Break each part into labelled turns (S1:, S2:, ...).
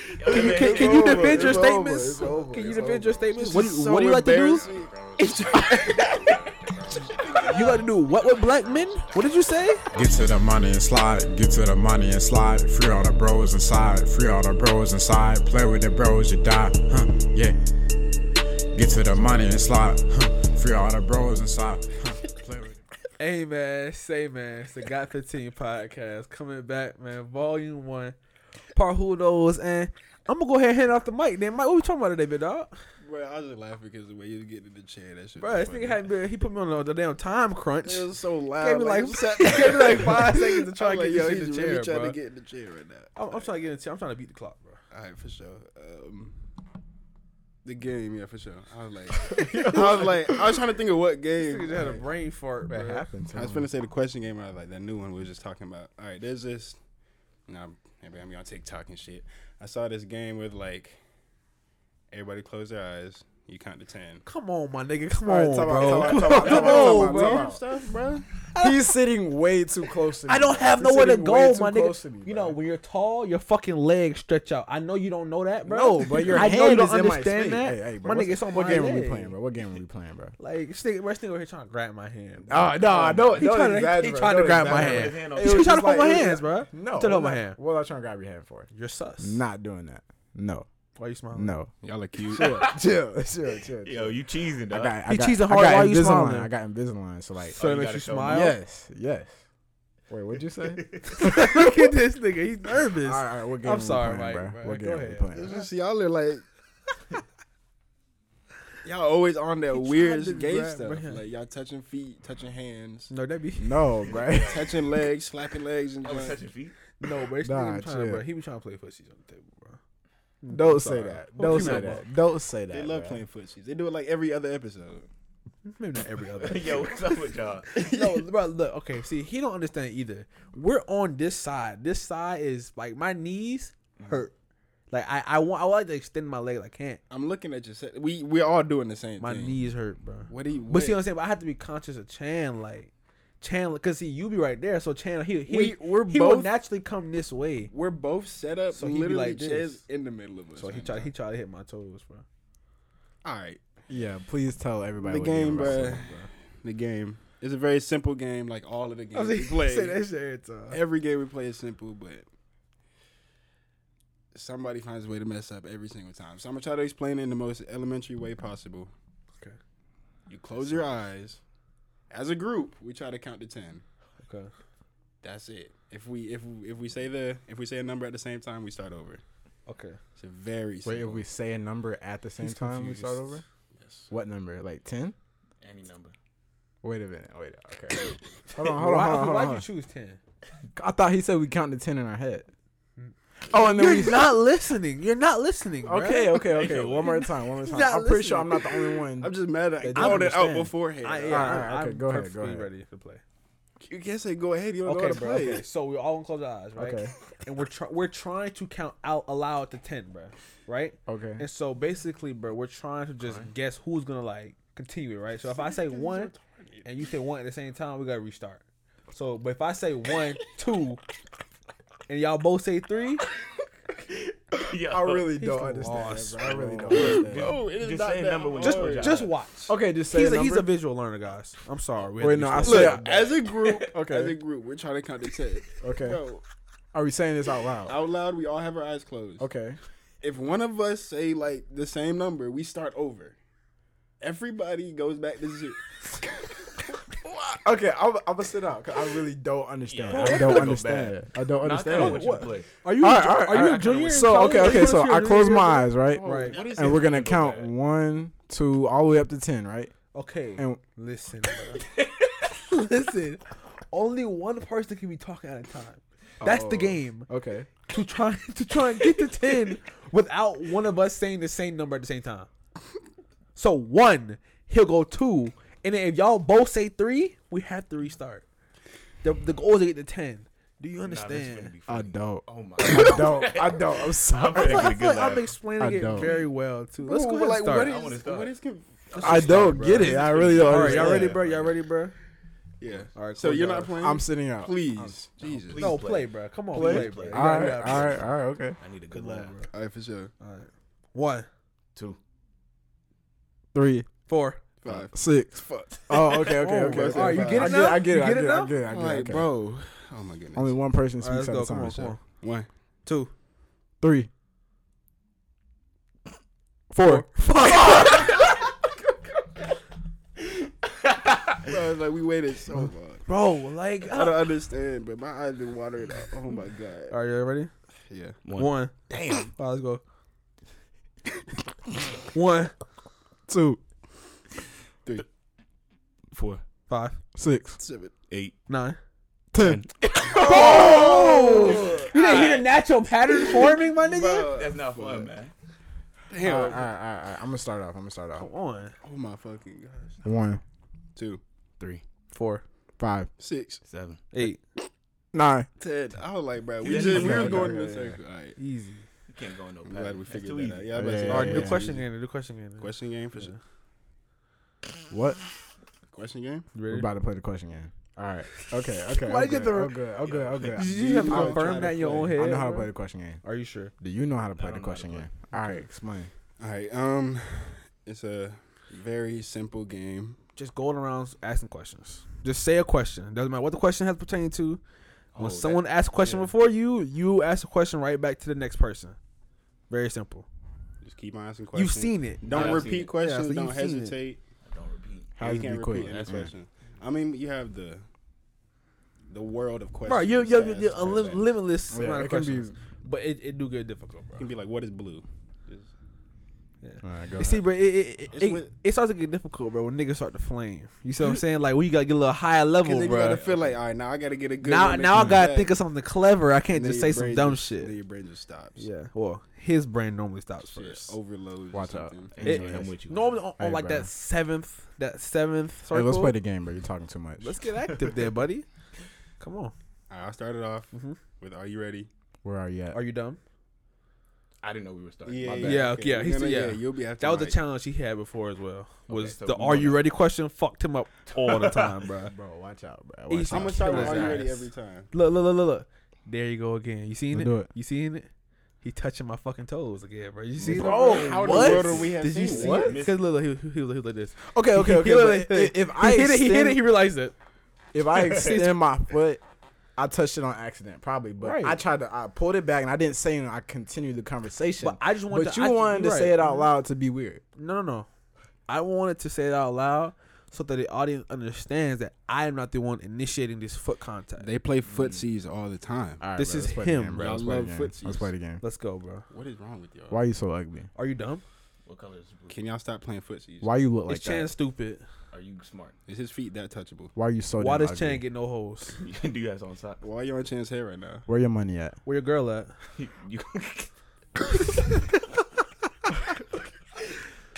S1: Can you, can, can you defend your statements?
S2: It's over.
S1: Can you
S2: It's
S1: defend
S2: over.
S1: your statements?
S3: What do you- what do you like to do?
S2: embarrassing.
S1: You got to do what with black men? What did you say?
S4: Get to the money and slide, get to the money and slide. Free all the bros inside, free all the bros inside. Play with the bros, you die, huh? Yeah. Get to the money and slide, huh? Free all the bros inside, huh? Play with the-
S1: Hey man, say man, it's the Got 15 podcast coming back, man. Volume one, part who knows, and I'm gonna go ahead and hand off the mic. Then, Mike, what we talking about today, big dog?
S2: Bro, I was just laughing because the way you was getting in the chair, that shit.
S1: Bro,
S2: was
S1: this
S2: funny.
S1: nigga had been, he put me on the, the damn time crunch.
S2: It was so loud.
S1: Gave me like,
S2: you sat-
S1: gave me like five seconds to try
S2: I'm
S1: to get
S2: like, yo,
S1: in
S2: he's
S1: the
S2: really
S1: chair,
S2: trying
S1: bro.
S2: to get in the chair right now.
S1: I'm, I'm trying to get in the chair. I'm trying to beat the clock, bro.
S2: All right, for sure. Um, the game, yeah, for sure. I was like, I was like, I was trying to think of what
S1: This
S2: game.
S1: nigga just had a
S2: like,
S1: brain fart, bro.
S3: That happened to
S2: I was
S3: him.
S2: gonna say the question game. and I was like, that new one we were just talking about. All right, there's this. Now, maybe I'm on TikTok and shit. I saw this game with like everybody close their eyes. You count to ten.
S1: Come on, my nigga. Come
S3: All right,
S1: on,
S3: time out,
S1: bro.
S3: time
S1: Come
S3: out, time out, time
S1: on,
S3: out, time out,
S1: bro.
S3: time out.
S2: Stuff, bro.
S3: He's sitting way too close to me.
S1: I don't have
S3: He's
S1: nowhere to
S3: sitting way
S1: go,
S3: too
S1: my
S3: close to
S1: nigga.
S3: me,
S1: you
S3: bro.
S1: know, when you're tall, your fucking legs stretch out. I know you don't know that, bro.
S3: No, but your
S1: I know
S3: hand
S1: you don't
S3: is in my
S1: understand
S3: space.
S1: that.
S3: Hey, hey,
S1: my
S3: bro,
S1: nigga,
S3: what's-
S1: it's on
S3: What
S1: my
S3: game
S1: leg.
S3: are we playing, bro? What game are we playing, bro?
S1: Like, this nigga, bro, this nigga over here trying to grab my hand. bro.
S3: Oh, no, no,
S1: He trying to- he trying to grab my hand. He trying to hold my hands, bro. He
S3: No,
S1: trying to hold
S3: what
S1: my
S3: I-
S1: hand.
S3: What I trying to grab your hand for?
S1: You're sus.
S3: Not doing that. No,
S1: Why you smiling?
S3: no.
S2: Y'all are cute.
S3: Chill, chill, chill, chill.
S5: Yo, you cheesing,
S3: I
S5: dog.
S3: got, I
S1: You
S3: got,
S1: cheesing
S3: I
S1: hard,
S3: got
S1: why you
S3: Invisalign.
S1: smiling?
S3: I got Invisalign. So like,
S1: So
S5: Oh,
S1: it
S5: you
S1: makes
S5: gotta
S1: you
S5: show me.
S1: smile?
S3: yes, yes. Wait, what'd you say?
S1: Look at this nigga. He's nervous.
S3: all right, all right, what game
S1: I'm
S3: are we
S1: sorry,
S3: playing,
S1: Mike,
S3: bro?
S1: bro.
S3: What
S1: Go
S3: game are we
S1: ahead.
S3: playing?
S2: It's just y'all are like y'all always on that weird
S1: tried to
S2: gay
S1: grab
S2: stuff.
S1: my hand.
S2: Like y'all touching feet, touching hands,
S1: No, that be
S3: No, bro.
S2: touching legs, slapping legs, and
S5: I was
S2: joint.
S5: touching feet.
S1: no, bro. This
S3: Nah,
S1: nigga be trying,
S3: chill.
S1: bro. He be trying to play pussies on the table, bro.
S3: Don't
S1: sorry.
S3: say that.
S1: What
S3: Don't
S1: you
S3: say
S1: talking
S3: that. Don't say that.
S2: they love
S3: bro.
S2: playing footsies. They do it like every other episode.
S1: Maybe not every other.
S5: Yo, what's up with y'all?
S1: no, bro, look, okay, see, he don't understand either. We're on this side. This side is like my knees
S3: Mm.
S1: hurt. Like I, I want, I would like to extend my leg. I can't.
S2: I'm looking at you. Set. We we're all doing the same
S1: My
S2: thing.
S1: knees hurt, bro.
S2: What do you?
S1: But see what
S2: what-
S1: I'm saying? But I have to be conscious of Chan, like Chan, because see, you be right there, so Chan, he he
S2: we we're
S1: he will
S2: both
S1: naturally come this way.
S2: we're both set up.
S1: So he be
S2: literally
S1: like this.
S2: chairs in the middle of us.
S1: So he
S2: right
S1: tried,
S2: now.
S1: he tried to hit my toes, bro.
S2: all right.
S3: Yeah, please tell everybody.
S2: The
S3: what game
S2: game,
S3: we're
S2: bro.
S3: playing.
S2: The game. It's a very simple game, like all of the games we play.
S1: say that shit every time.
S2: Every game we play is simple, but somebody finds a way to mess up every single time. So I'm gonna try to explain it in the most elementary way possible.
S1: Okay.
S2: You close your eyes. As a group, we try to count to ten.
S1: Okay.
S2: That's it. If we if we, if we say the if we say a number at the same time, we start over.
S1: Okay.
S2: It's a very simple.
S3: Wait, if we say a number at the same
S2: He's
S3: time, we start over.
S2: confused. Yes.
S3: What number? Like ten?
S5: Any number.
S3: Wait a minute. Wait. Okay. hold on. Hold
S1: why,
S3: on. Hold on. Hold
S1: why'd
S3: on, hold
S1: you
S3: on.
S1: choose ten?
S3: I thought he said we count to ten in our head. Oh, and then
S1: Mm. You're
S3: we.
S1: not listening. You're not listening. Bro.
S3: okay. Okay. Okay.
S5: Yo,
S3: One more time. One more time.
S1: not
S3: I'm pretty sure I'm
S1: listening.
S3: not the only one.
S2: I'm just mad that I
S3: They
S2: called
S3: don't
S2: it out
S3: understand.
S2: beforehand.
S1: I,
S3: All right, all right,
S1: am
S3: okay, go ahead, go ahead.
S1: ready to play.
S2: you can't say go ahead. You don't know
S1: Okay,
S2: how to
S1: bro.
S2: play.
S1: Okay, so we all gonna close our eyes, right?
S3: Okay.
S1: And we're try- we're trying to count out aloud to ten, bro. Right?
S3: Okay.
S1: And so basically, bro, we're trying to just guess who's gonna like continue it, right? So if I say one, and you say one at the same time, we gotta restart. So, but if I say one, two, and y'all both say three,
S5: Yo,
S3: I really
S1: He's
S3: don't understand.
S1: lost,
S3: that, bro. I really
S1: bro.
S3: don't understand.
S2: Oh, it is
S5: Just
S2: not
S5: say
S2: that
S5: number when
S2: hard.
S1: just
S5: Oh, yeah.
S1: just watch.
S3: Okay, just say
S1: he's
S3: a,
S1: a, he's a
S3: number.
S1: visual learner, guys. I'm sorry. we had
S3: Wait,
S1: to
S3: no, I
S1: restart.
S3: said.
S2: Look, as a group,
S3: Okay.
S2: as a group, we're trying to count to ten.
S3: Okay.
S2: Bro,
S3: Are we saying this out loud?
S2: out loud, we all have our eyes closed.
S3: Okay.
S2: If one of us say like the same number, we start over. Everybody goes back to zero.
S3: Okay, I'm, I'm gonna sit out 'cause I really don't understand.
S5: Yeah,
S3: I
S5: I
S3: don't
S5: feel
S3: understand. I don't
S5: Not that I
S3: understand.
S5: want you to play.
S1: Are you?
S3: All
S1: a
S3: right,
S1: ju-
S3: all
S1: are
S3: right, all
S1: you a
S3: right.
S1: junior? in
S3: So
S1: college?
S3: okay,
S1: Are you
S3: okay.
S1: going
S3: So
S1: to
S3: I
S1: your
S3: close
S1: junior
S3: my
S1: year?
S3: eyes, right?
S1: Right.
S2: What is
S3: And
S2: this?
S3: we're gonna
S5: Go
S3: count
S5: back.
S3: one, two, all the way up to ten, right?
S1: Okay.
S3: And
S1: Listen, bro. listen. Only one person can be talking at a time. That's the
S3: Oh.
S1: game
S3: okay,
S1: to try to try and get to ten without one of us saying the same number at the same time. So one, he'll go two, and then if y'all both say three, we have to restart. The the goal is to get to ten. Do you
S5: Nah, this is gonna
S1: understand?
S5: be
S3: I
S5: funny.
S3: don't.
S5: Oh my.
S3: I don't. I don't. I'm sorry.
S1: I feel,
S5: Make it a
S1: I
S5: good
S1: feel like
S5: laugh.
S1: I'm explaining
S3: I
S1: it
S3: don't.
S1: very well too. Let's go
S2: Ooh,
S1: ahead
S2: like,
S1: and start.
S2: what
S5: I wanna
S2: is
S5: start.
S2: what is conf-
S1: Let's
S3: I
S1: just start,
S3: don't
S1: bro.
S3: get it. I really don't.
S1: All right, y'all
S3: understand.
S1: ready, bro? Y'all ready, bro?
S2: Yeah.
S1: All right,
S2: So
S1: close
S2: you're
S1: out.
S2: not playing?
S3: I'm sitting out.
S2: please. Jesus.
S5: please.
S1: No,
S5: play.
S1: play, bro. Come on,
S5: Play?
S1: play, bro.
S5: Play.
S1: You
S3: All
S1: already
S3: right,
S1: got
S3: all right, all right, okay.
S5: I need a good
S1: Good luck,
S5: laugh.
S1: bro.
S2: All right, for sure.
S1: All right. One,
S5: Two.
S3: Three,
S1: four.
S2: Five.
S3: six.
S2: Fuck.
S3: Oh, okay, okay,
S1: Oh,
S3: okay.
S2: bro.
S3: okay.
S2: All right, you
S3: I
S2: get it
S1: now?
S3: I get
S1: You
S3: it. I
S1: get
S3: get
S1: it
S3: it.
S1: now?
S3: I get it. I
S2: All
S3: get it.
S2: right,
S3: okay.
S2: bro. Oh my goodness.
S3: Only one person
S1: All right,
S3: speaks
S1: let's go.
S3: at a
S1: Come on,
S3: time.
S1: come on.
S2: One.
S1: Two.
S3: Three, four.
S2: Bro, like we waited so long.
S1: Bro, like. uh,
S2: I don't understand, but my eyes been watering up. Oh my god.
S1: All right, you ready?
S2: Yeah.
S1: One. Damn. All right, let's go. One,
S3: Two,
S5: Four.
S1: five,
S3: six,
S2: Seven.
S5: Eight.
S1: nine.
S3: ten.
S1: Oh! You didn't hear the natural pattern forming, my nigga?
S2: Bro,
S5: That's not
S2: fuck.
S5: fun, man.
S2: Damn.
S3: All right, all right, all right, all right. I'm gonna start off. I'm gonna start off.
S1: Come on.
S2: Oh my fucking gosh.
S3: One,
S2: Two.
S5: Three.
S1: Four,
S3: five,
S2: Six.
S5: Seven.
S1: eight.
S3: nine.
S2: Ten. I was like, bro, we
S5: Yeah,
S2: just
S5: yeah,
S2: we were
S5: yeah,
S2: going
S1: yeah,
S2: in a
S1: yeah.
S2: circle. All right.
S1: Easy.
S5: You can't go in no
S2: I'm glad
S5: pattern.
S2: we
S5: That's
S2: figured
S5: too
S2: that
S5: easy.
S2: out. Yeah, I'm about to
S3: Yeah,
S2: say,
S3: yeah,
S1: All right, do
S3: yeah.
S1: question game. Do question game.
S2: Question game for sure.
S3: What?
S2: Question game.
S1: You
S3: We're
S1: ready?
S3: about to play the question game. All right. Okay. Okay.
S1: Why
S3: I'm
S1: did
S3: good.
S1: the-
S3: I'm good. I'm good. I'm good.
S1: Did you have to
S3: I was
S1: confirm
S3: trying to
S1: that in your
S3: play.
S1: own
S3: I
S1: head,
S3: know how to
S1: bro?
S3: play the question game.
S1: Are you sure?
S3: Do you know how to play
S5: I
S3: the
S5: don't know how to
S3: question game? All right. Explain.
S2: All right. Um, it's a very simple game.
S1: Just going around asking questions. Just say a question. Doesn't matter what the question has pertaining to.
S5: Oh,
S1: When
S5: that-
S1: someone asks a question
S2: yeah.
S1: before you, you ask a question right back to the next person. Very simple.
S2: Just keep on asking questions.
S1: You've seen it.
S2: Don't
S5: I've seen
S2: repeat
S5: it.
S1: Yeah, so
S2: questions.
S1: you've
S2: don't
S1: seen it.
S2: hesitate.
S5: Don't repeat.
S3: How
S2: you
S3: does it
S2: can't
S3: be quick?
S2: repeat any
S3: That's right.
S2: question. I mean, you have the the world of questions.
S1: Bro, you you
S2: to
S1: you
S2: ask
S1: a
S2: per
S1: lim-
S2: se.
S1: limitless
S3: Yeah,
S1: amount of
S3: it can be-
S1: questions, but it, it do get difficult,
S2: It
S1: bro.
S2: can be like, what is blue?
S1: Yeah.
S3: All right. Go.
S1: You see,
S3: ahead.
S1: bro, it it, it,
S2: It's
S1: it,
S2: with-
S1: it starts to get difficult, bro. When niggas start to flame, you see what I'm saying? Like, we gotta get a little higher level,
S2: then you gotta
S1: bro.
S2: feel like, all right, now I gotta get a good.
S1: Now,
S2: one to
S1: now I
S2: come
S1: gotta
S2: back.
S1: think of something clever. I can't
S2: And then
S1: just
S2: your
S1: say some
S2: brain
S1: dumb
S2: just- Then
S1: shit.
S2: your brain just stops.
S1: Yeah. Well, his brain normally stops
S2: Shit, Oh,
S1: first.
S2: overload.
S3: Watch out.
S1: It-
S5: Anyway, I'm with you.
S1: Normally on, on
S3: Hey,
S1: like
S3: bro.
S1: that seventh, that seventh
S3: Hey,
S1: circle.
S3: let's play the game, bro. You're talking too much.
S1: Let's get active there, buddy. Come on.
S2: All right, I started off
S1: Mhm.
S2: with, are you ready?
S3: Where are you at?
S1: Are you dumb?
S5: I didn't know we were starting.
S1: yeah.
S5: My bad.
S1: okay, yeah, he
S2: You're
S1: said,
S2: gonna-
S1: yeah.
S2: You'll be after.
S1: That was the
S2: Mike.
S1: challenge he had before as well. Was
S5: so
S1: the
S5: we
S1: "Are
S5: know
S1: you
S5: that.
S1: ready?" question fucked him up all the time, bro.
S3: Bro, watch out, bro.
S1: He's-
S3: Watch
S2: I'm
S3: out.
S2: gonna start with,
S1: Listen,
S2: are you
S1: guys.
S2: ready every time?
S1: Look, look, look, look, look. There you go again. You seen
S3: Let's
S1: it?
S3: do it.
S1: You seen it? He touching my fucking toes again, bro. You seen it?
S2: Bro, how in the
S1: what?
S2: world are we have
S1: Did you
S2: seen
S1: see
S2: that?
S1: it? Because look, look, he, he, was- he was like this.
S3: Okay, okay,
S1: He-
S3: okay.
S1: He,
S3: but
S1: like this.
S3: i- if
S1: He
S3: I
S1: hit it, he hit it,
S3: extend-
S1: he realized it.
S3: if I extend my foot, I touched it on accident, probably. But
S1: Right.
S3: I tried to, I pulled it back and I didn't say anything. I continued the conversation.
S1: But I just wanted
S3: But
S1: to-
S3: you
S1: I-
S3: wanted to
S1: you're
S3: say
S1: right.
S3: it out loud to be weird.
S1: No, no, no. I wanted to say it out loud so that the audience understands that I am not the one initiating this foot contact.
S2: They play footsies all the time.
S3: All right,
S1: This
S3: bro,
S1: is
S3: let's play the
S1: him,
S3: game,
S1: bro.
S3: Let's
S2: Y'all
S3: play the
S2: love
S3: game.
S2: footsies.
S3: Let's play the game.
S1: Let's go, bro.
S2: What is wrong with y'all?
S3: Why you so ugly?
S1: Are you dumb?
S5: What color is blue?
S2: Can y'all stop playing footsies?
S3: Why you look
S1: Is
S3: like
S1: Chan
S3: that?
S1: stupid?
S5: Are you smart?
S2: Is his feet that touchable?
S3: Why you so?
S1: Why
S3: damn
S1: does
S3: ugly?
S1: Chan get no hoes?
S5: Do you guys on socks?
S2: Why are you on Chan's hair right now?
S3: Where your money at?
S1: Where your girl at?
S5: You-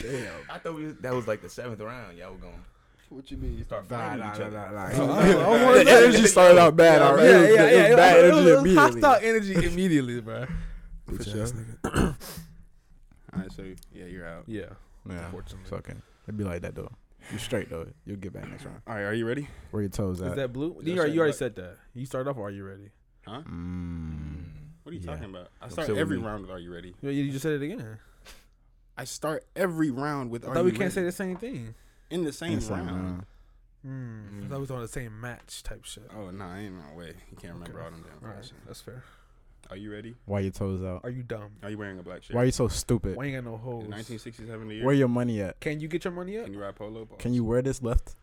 S2: Damn.
S5: I thought we, that was like the seventh round. Y'all were going.
S2: What you mean?
S5: Start
S3: Nah,
S5: fighting
S3: nah,
S5: each
S3: nah,
S5: other.
S3: nah, nah.
S1: I
S3: The energy started out bad already.
S1: Yeah,
S3: It was-
S1: yeah,
S3: it was
S1: yeah. It
S3: Bad
S1: was- it
S3: energy
S1: was hostile
S3: immediately.
S1: energy immediately, bro.
S2: For
S3: Bitch
S2: sure.
S3: ass
S2: All right, so yeah, you're out.
S1: Yeah,
S3: Yeah,
S1: unfortunately.
S3: it's okay. It'd be like that though. You straight though. You'll get back next round.
S2: All right, are you ready?
S3: Where your toes
S1: Is
S3: at?
S1: that blue? You
S2: That's
S1: already, you already
S2: right.
S1: said that. You started off. Are you ready?
S3: Mm.
S2: What are you
S3: Yeah.
S2: talking about? I
S5: I'm
S2: start
S5: still
S2: every
S5: with you.
S2: round with Are You Ready?
S1: You, you just said it again.
S2: I start every round with
S1: I
S2: Are
S1: thought
S2: You
S1: we can't say
S2: Ready?
S1: the same thing.
S2: in the same
S3: Inside,
S2: round.
S3: man.
S1: Hmm. I thought we was on the same match type shit.
S2: Oh no, I ain't no way. You can't remember
S1: Okay.
S2: all them damn
S1: All right,
S2: questions.
S1: that's fair.
S2: Are you ready?
S3: Why your toes out?
S1: Are you dumb?
S2: Are you wearing a black shirt?
S3: Why you so stupid?
S1: Why you ain't got no hoes?
S2: Is 1967 the year?
S3: Where your money at?
S1: Can you get your money up?
S2: Can you ride polo? balls?
S3: Can you wear this left?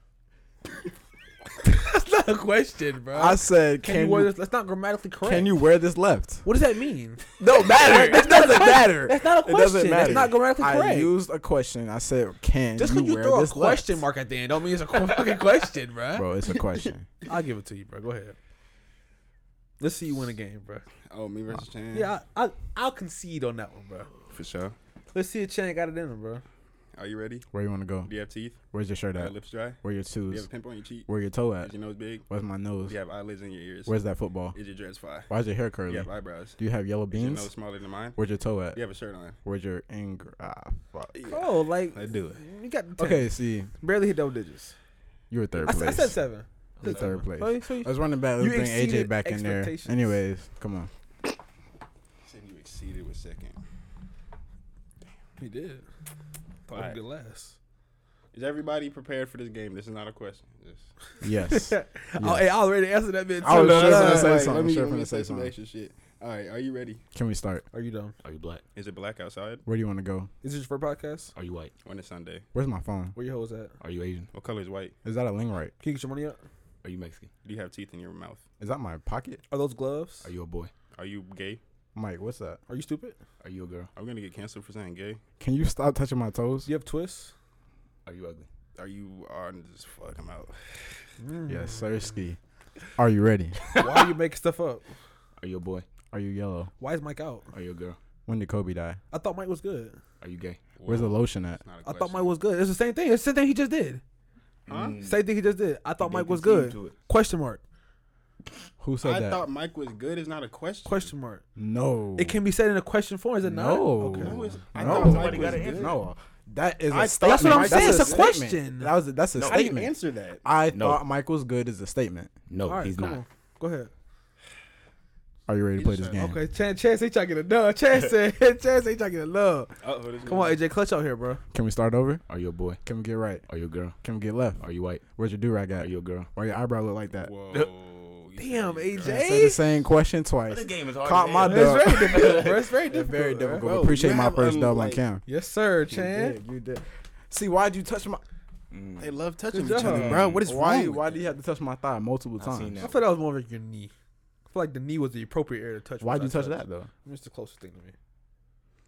S1: That's not a question, bro.
S3: I said,
S1: can, you wear this? That's not grammatically correct.
S3: Can you wear this left?
S1: What does that mean?
S3: No matter. it doesn't matter.
S1: That's not a question.
S3: It doesn't matter.
S1: That's not grammatically
S3: I
S1: correct.
S3: used a question. I said, can
S1: Just
S3: you,
S1: because you,
S3: wear
S1: throw a
S3: this
S1: question
S3: left?
S1: mark at the end, don't mean it's a qu- fucking question, bro.
S3: Bro, it's a question.
S1: I'll give it to you, bro. Go ahead. Let's see you win a game, bro.
S2: Oh, me versus Chan.
S1: Yeah, I, I, I'll concede on that one, bro.
S2: for sure.
S1: Let's see if Chan got it in him, bro.
S2: Are you ready?
S3: Where you want to go?
S2: Do you have teeth?
S3: Where's your shirt
S2: Are your
S3: at?
S2: lips dry?
S3: Where your
S2: Do you have
S3: shoes?
S2: a pimple on your cheek?
S3: Where your toe
S2: Is
S3: at?
S2: your nose big?
S3: Where's my nose?
S2: Do you have eyelids in your ears?
S3: Where's that football?
S2: Is your dress fly?
S3: Why is your hair
S2: Do
S3: curly?
S2: you have eyebrows?
S3: Do you have yellow
S2: Is your
S3: beans?
S2: nose smaller than mine?
S3: Where's your toe at?
S2: Do you have a shirt on?
S3: Where's your anger? Ah, fuck.
S1: Oh, like
S2: Let's do it.
S1: you got okay.
S3: Okay, see,
S1: Barely hit double digits.
S3: you were third
S1: I, s- I
S3: place.
S1: said seven.
S3: Who's third place?
S1: Oh, so you-
S3: Let's run it back. Let's
S1: You
S3: bring AJ
S1: exceeded
S3: back in there.
S1: expectations.
S3: Anyways, come on.
S2: Said you exceeded with second.
S1: He did. Thought
S2: Alright.
S1: he'd get last.
S2: Is everybody prepared for this game? This is not a question. Just-
S3: Yes.
S1: Oh, hey, I already answered that bit.
S3: I
S2: Oh,
S1: too.
S3: was
S1: Shut
S3: just
S1: up.
S3: gonna say
S2: Like,
S3: something.
S2: Let me,
S3: Sure
S2: let
S3: finna
S2: me
S3: say
S2: say some
S3: something.
S2: extra shit. All right, are you ready?
S3: Can we start?
S1: Are you dumb?
S5: Are you black?
S2: Is it black outside?
S3: Where do you want to go?
S1: Is this your first podcast?
S5: Are you white?
S2: When it's Sunday?
S3: Where's my phone?
S1: Where your hoes at?
S5: Are you Asian?
S2: What color is white?
S3: Is that a ling right?
S1: Can you get your money up?
S5: Are you Mexican?
S2: Do you have teeth in your mouth?
S3: Is that my pocket?
S1: Are those gloves?
S5: Are you a boy?
S2: Are you gay?
S3: Mike, what's that?
S1: Are you stupid?
S5: Are you a girl?
S2: Are we gonna get canceled for saying gay?
S3: Can you stop touching my toes?
S1: Do you have twists?
S5: Are you ugly?
S2: Are you on this fuck? I'm out.
S3: Yes, sir. Ski. Are you ready?
S1: Why are you making stuff up?
S5: Are you a boy?
S3: Are you yellow?
S1: Why is Mike out?
S5: Are you a girl?
S3: When did Kobe die?
S1: I thought Mike was good.
S5: Are you gay?
S3: Where's the lotion at?
S2: It's not a
S1: I thought
S2: question.
S1: Mike was good. It's the same thing. It's the same thing he just did.
S2: Huh?
S1: Same thing he just did. I thought
S5: Mm. did
S1: Mike was
S5: continue
S1: good.
S5: to it.
S1: Question mark.
S3: Who said
S2: I
S3: that?
S2: thought Mike was good is not a question.
S1: Question mark.
S3: no.
S1: It can be said in a question form, is it not?
S3: No.
S1: Okay.
S2: No, it's- I
S3: No.
S2: thought Mike
S3: Somebody
S2: was
S5: gotta
S2: good.
S5: answer.
S3: No. That is a
S2: I- that's what
S3: statement.
S1: I'm saying, it's
S3: That's
S1: a
S3: statement.
S1: question.
S3: That was a, that's a
S2: No, I didn't
S3: statement.
S2: answer that.
S3: I
S5: No.
S3: thought Michael's good is a statement.
S5: No,
S1: All right,
S5: he's
S1: come
S5: not.
S1: on. Go ahead.
S3: Are you ready to
S2: He
S3: play
S2: just
S3: this
S2: said,
S3: game?
S1: Okay, Chance, Chance ain't trying to get a dub. Chance, said- Chance ain't trying to get a love.
S2: Uh-oh, this
S1: Come on, AJ, clutch out here, bro.
S3: Can we start over?
S5: Are you a boy?
S3: Can we get right?
S5: Are you a girl?
S3: Can we get left?
S5: Are you white?
S3: Where's your do rag
S5: Are
S3: at?
S5: you a girl?
S3: Why your eyebrow look like that?
S2: Whoa. you
S1: Damn,
S2: said you
S1: AJ.
S2: good.
S3: I said the same question twice.
S5: This game is hard.
S3: Caught
S5: as
S3: my
S5: hell.
S3: dog.
S1: It's very difficult, bro. It's very difficult.
S3: Very
S1: bro.
S3: difficult.
S2: Bro,
S3: Appreciate
S2: you
S3: my
S2: have
S3: first
S2: a,
S3: dub on
S2: like-
S3: cam.
S1: Yes, sir, Chan.
S3: you did. See, why'd you touch my?
S5: Mm.
S2: They love touching
S1: Good
S2: each other,
S1: job.
S2: bro. What is
S3: Uh, why?
S2: wrong? with
S3: Why do you have to touch my thigh multiple
S5: I seen
S3: times?
S1: I
S5: that.
S1: feel that was more of your knee. I feel like the knee was the appropriate area to touch.
S3: Why'd you
S1: once I
S3: touch
S1: touched.
S3: that though?
S1: It's the closest thing to me.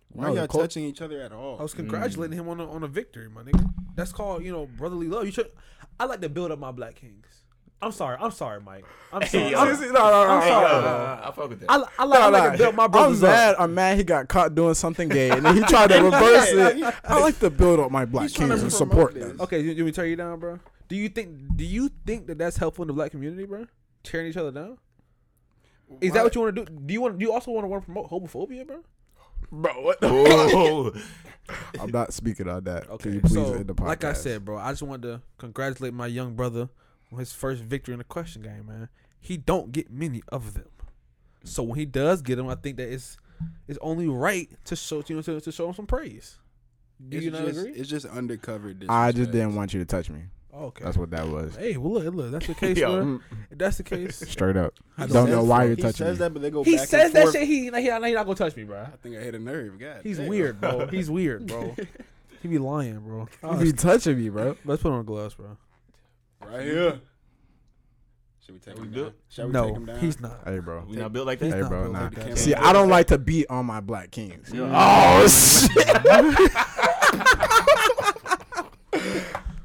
S2: Why
S3: No,
S2: y'all
S3: the clo-
S2: touching each other at
S1: I
S2: all?
S1: was congratulating him on a, on a victory, my nigga. That's called you know brotherly love. You should. I like to build up my black kings. I'm sorry. I'm sorry, Mike. I'm sorry.
S5: Hey, yo.
S1: I'm,
S5: See,
S3: no, no, no,
S1: I'm
S3: no,
S1: sorry. bro.
S5: Uh, I fuck with that.
S1: I, li- I like, I like to build my brothers
S3: I'm mad.
S1: up.
S3: I'm mad he got caught doing something gay, and then he tried to reverse it. I like to build up my black
S2: He's trying to
S3: kids and
S2: promote
S3: support
S2: this.
S3: them.
S1: Okay, you, you want me to tear you down, bro? Do you think do you think that that's helpful in the black community, bro? Tearing each other down. Is that what you want to do? Do you want? Do you also want to want to promote homophobia, bro?
S5: Bro, what the fuck?
S3: I'm not speaking on that. Can
S1: Okay,
S3: you please
S1: so
S3: end the podcast?
S1: like I said, bro, I just wanted to congratulate my young brother on his first victory in the question game, man. He don't get many of them, so when he does get them, I think that it's it's only right to show you know to, to show him some praise. Do
S2: It's
S1: you not
S2: just,
S1: agree?
S2: It's just undercover.
S3: I just
S2: disrespect.
S3: didn't want you to touch me.
S1: Oh, Okay.
S3: That's what mm. that was.
S1: hey, well look, look, that's the case,
S5: Yo.
S1: bro. If that's the case,
S3: Straight up.
S1: I
S3: Don't know
S1: said
S3: why
S1: so.
S3: you're
S2: He
S3: touching me.
S2: says that, but they go
S1: he
S2: back and
S1: says that
S2: forth.
S1: shit. He like, he, like, he not gonna touch me, bro.
S2: I think I hit a nerve. God,
S1: He's
S2: damn.
S1: weird, bro. He's weird, bro. he be lying, bro.
S3: You be touching me, bro.
S1: Let's put on gloves, bro.
S2: Right here. Should we take
S5: We
S2: him
S5: good?
S2: down? Shall we take him
S1: no,
S2: down?
S1: he's not.
S3: Hey, bro.
S5: We not built like
S1: He's
S5: that.
S3: Hey,
S1: not
S3: bro,
S1: built
S3: nah.
S1: like that.
S3: See, I don't like to beat on my black kings.
S5: Oh,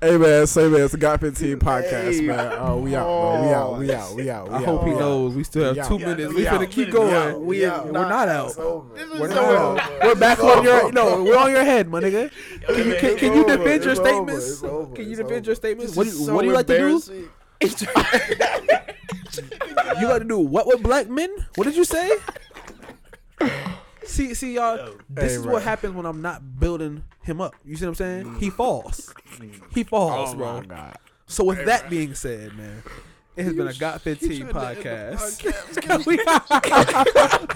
S3: Hey, man. Say, man. It's the God 15 podcast, man. Uh, we out, bro. We out. We out. We out. We
S1: I
S3: out.
S1: hope he
S3: We out.
S1: knows we still have
S3: Yeah.
S1: two
S3: Yeah,
S1: minutes.
S5: we
S1: We
S5: out.
S1: finna keep
S5: We out.
S1: going.
S5: We
S1: We
S5: out.
S1: we're not out. We're not
S3: over.
S1: out. We're back on your no. We're on your head, my nigga. Can you can, can you
S3: over.
S1: defend your
S3: It's over.
S1: statements?
S3: It's over.
S1: Can you
S3: It's
S1: defend
S3: over.
S1: your statements? What do you, what do you like to do? You like to do what with black men? What did you say? see, see, y'all. This
S3: Hey,
S1: is
S3: bro.
S1: what happens when I'm not building him up. You see what I'm saying? He falls. He falls, bro.
S3: God.
S1: So with that being said, man, it has been a Got 15 podcast. We- Bruh,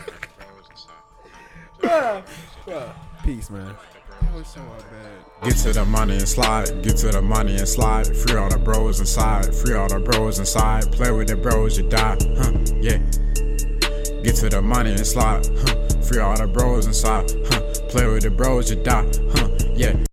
S1: bruh. Peace, man.
S4: Get to the money and slide, get to the money and slide. Free all the bros inside, free all the bros inside. Play with the bros, you die, huh? Yeah. Get to the money and slide, huh? Free all the bros inside, huh? Play with the bros, you die, huh? Yeah.